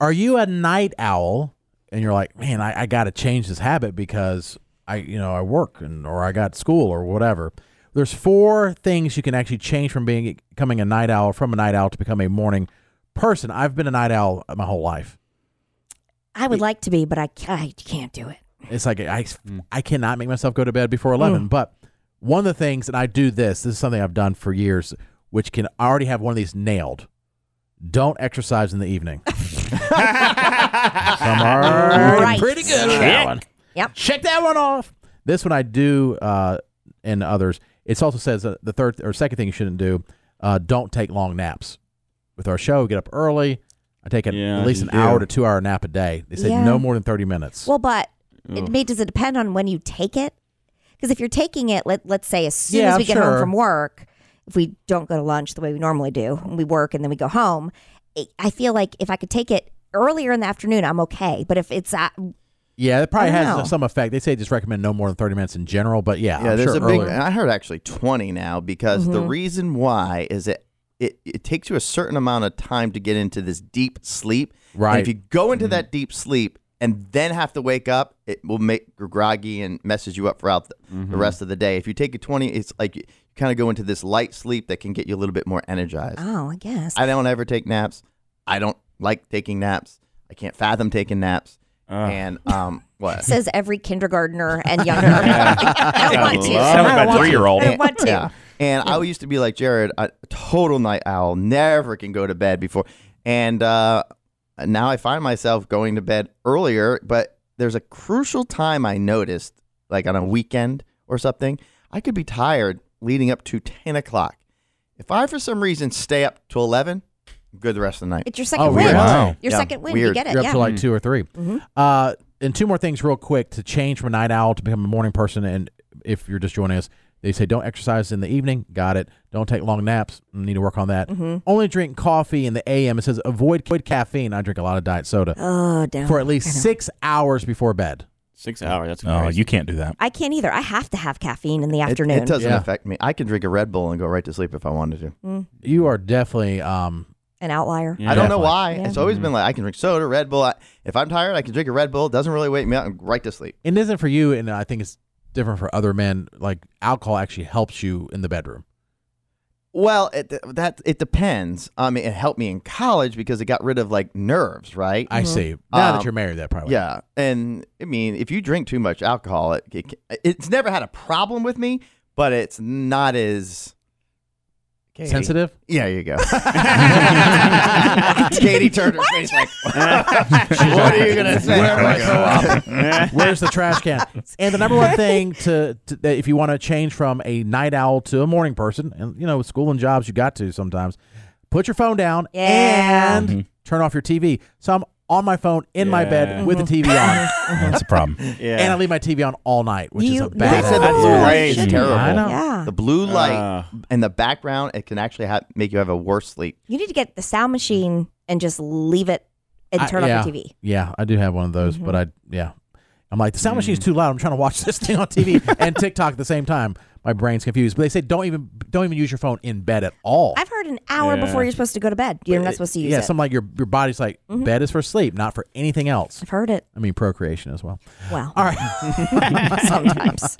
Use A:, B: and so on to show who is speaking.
A: Are you a night owl? And you're like, man, I, I got to change this habit because I, you know, I work and or I got school or whatever. There's four things you can actually change from being becoming a night owl from a night owl to become a morning person. I've been a night owl my whole life.
B: I would like to be, but I, ca- I can't do it.
A: It's like I,
C: Mm.
A: I cannot make myself go to bed before 11.
B: Mm.
A: But one of the things, and I do this, this is something I've done for years, which can I already have one of these nailed. Don't exercise in the evening. Some
D: Ah,
A: are
B: Right.
A: pretty good. with that one.
B: Yep.
A: Check that one off. This one I do, uh, and others. It also says that the third or second thing you shouldn't do: uh, don't take long naps. With our show, we get up early. I take an,
C: Yeah,
A: at least an
C: you
A: hour to
C: do.
A: two hour nap a day. They say
B: Yeah.
A: no more than thirty minutes.
B: Well, but it may, does it depend on when you take it? Because if you're taking it, let, let's say as soon
A: Yeah,
B: as we get
A: sure.
B: home from work, if we don't go to lunch the way we normally do, and we work and then we go home, I- I feel like if I could take it earlier in the afternoon, I'm okay. But if it's at,
A: yeah, it probably
B: I don't
A: has
B: know.
A: some effect. They say just recommend no more than thirty minutes in general, but yeah,
C: Yeah,
A: I'm
C: there's
A: sure
C: a big.
A: earlier.
C: And I heard actually 20 now because the reason why is it, it it takes you a certain amount of time to get into this deep sleep. And
A: Right.
C: if you go into that deep sleep and then have to wake up, it will make you groggy and messes you up throughout the,
A: Mm-hmm.
C: the rest of the day. If you take a 20, it's like you kind of go into this light sleep that can get you a little bit more energized.
B: oh, I guess.
C: I don't ever take naps. I don't like taking naps. I can't fathom taking naps.
A: Ah.
C: and um, what?
B: says every kindergartner and younger. I don't want to.
D: Sounds
B: I don't
D: like a
B: want to.
D: three-year-old.
B: I don't want to.
C: Yeah. And I used to be like Jared, a total night owl, never can go to bed before. And uh, now I find myself going to bed earlier, but there's a crucial time I noticed, like on a weekend or something, I could be tired leading up to 10 o'clock. If I, for some reason, stay up to 11, I'm good the rest of the night.
B: It's your second
A: Oh,
B: win.
A: weird. Wow.
B: Your
C: Yeah,
B: second win. You
C: weird.
B: get it.
A: You're up
B: yeah. Mm-hmm.
A: to like two or 3 Uh, and two more things, real quick, to change from a night owl to become a morning person. And if you're just joining us, they say don't exercise in the evening. Got it. Don't take long naps. Need to work on that.
B: Mm-hmm.
A: Only drink coffee in the AM. It says avoid, avoid caffeine. I drink a lot of diet soda
B: oh, damn.
A: for at least six hours before bed.
D: Six hours. That's
E: Oh,
D: crazy.
E: you can't do that.
B: I can't either. I have to have caffeine in the
C: It,
B: afternoon.
C: it doesn't
A: Yeah.
C: affect me. I can drink a Red Bull and go right to sleep if I wanted to.
A: You are definitely um,
B: An outlier.
C: I don't know
A: Definitely.
C: why.
B: Yeah. Mm-hmm.
C: It's always been like I can drink soda, Red Bull. I, if I'm tired, I can drink a Red Bull. It doesn't really wake me up. I'm right to sleep.
A: it isn't for you, and I think it's different for other men. Like alcohol actually helps you in the bedroom.
C: Well, it, that it depends. I mean, it helped me in college because it got rid of like nerves, right?
A: I see. Now that
C: Um,
A: you're married, that probably
C: yeah, and I mean, if you drink too much alcohol, it, it it's never had a problem with me, but it's not as Katie.
A: sensitive.
C: Yeah, you go. Katie turned her face like, "What are you gonna say?" I'm like, "Oh, well."
A: Where's the trash can? And the number one thing to, to that if you want to change from a night owl to a morning person, and you know, with school and jobs, you got to sometimes put your phone down
B: Yeah.
A: and
E: Mm-hmm.
A: turn off your TV. So I'm on my phone in my bed with the TV
C: Mm-hmm.
A: on,
E: That's a problem.
D: Yeah.
A: and I leave my TV on all night, which is
B: You-
A: a
C: They
A: bad.
C: said the
D: That's
C: blue light
D: crazy.
C: is terrible.
A: I know.
B: Yeah.
C: The blue light
D: Uh.
C: in the background it can actually ha- make you have a worse sleep.
B: You need to get the sound machine and just leave it and
A: I-
B: turn
A: yeah,
B: off your TV.
A: Yeah, I do have one of those, but I
B: Mm-hmm.
A: yeah, I'm like the sound
B: Mm.
A: machine's too loud. I'm trying to watch this thing on TV and TikTok at the same time. My brain's confused. But they say don't even don't even use your phone in bed at all.
B: I've heard an hour
D: Yeah.
B: before you're supposed to go to bed. You're not supposed to use
A: yeah,
B: it. Mm-hmm.
A: something like your your body's like bed is for sleep, not for anything else.
B: I've heard it.
A: I mean procreation as well.
B: Well,
A: All right.
B: sometimes.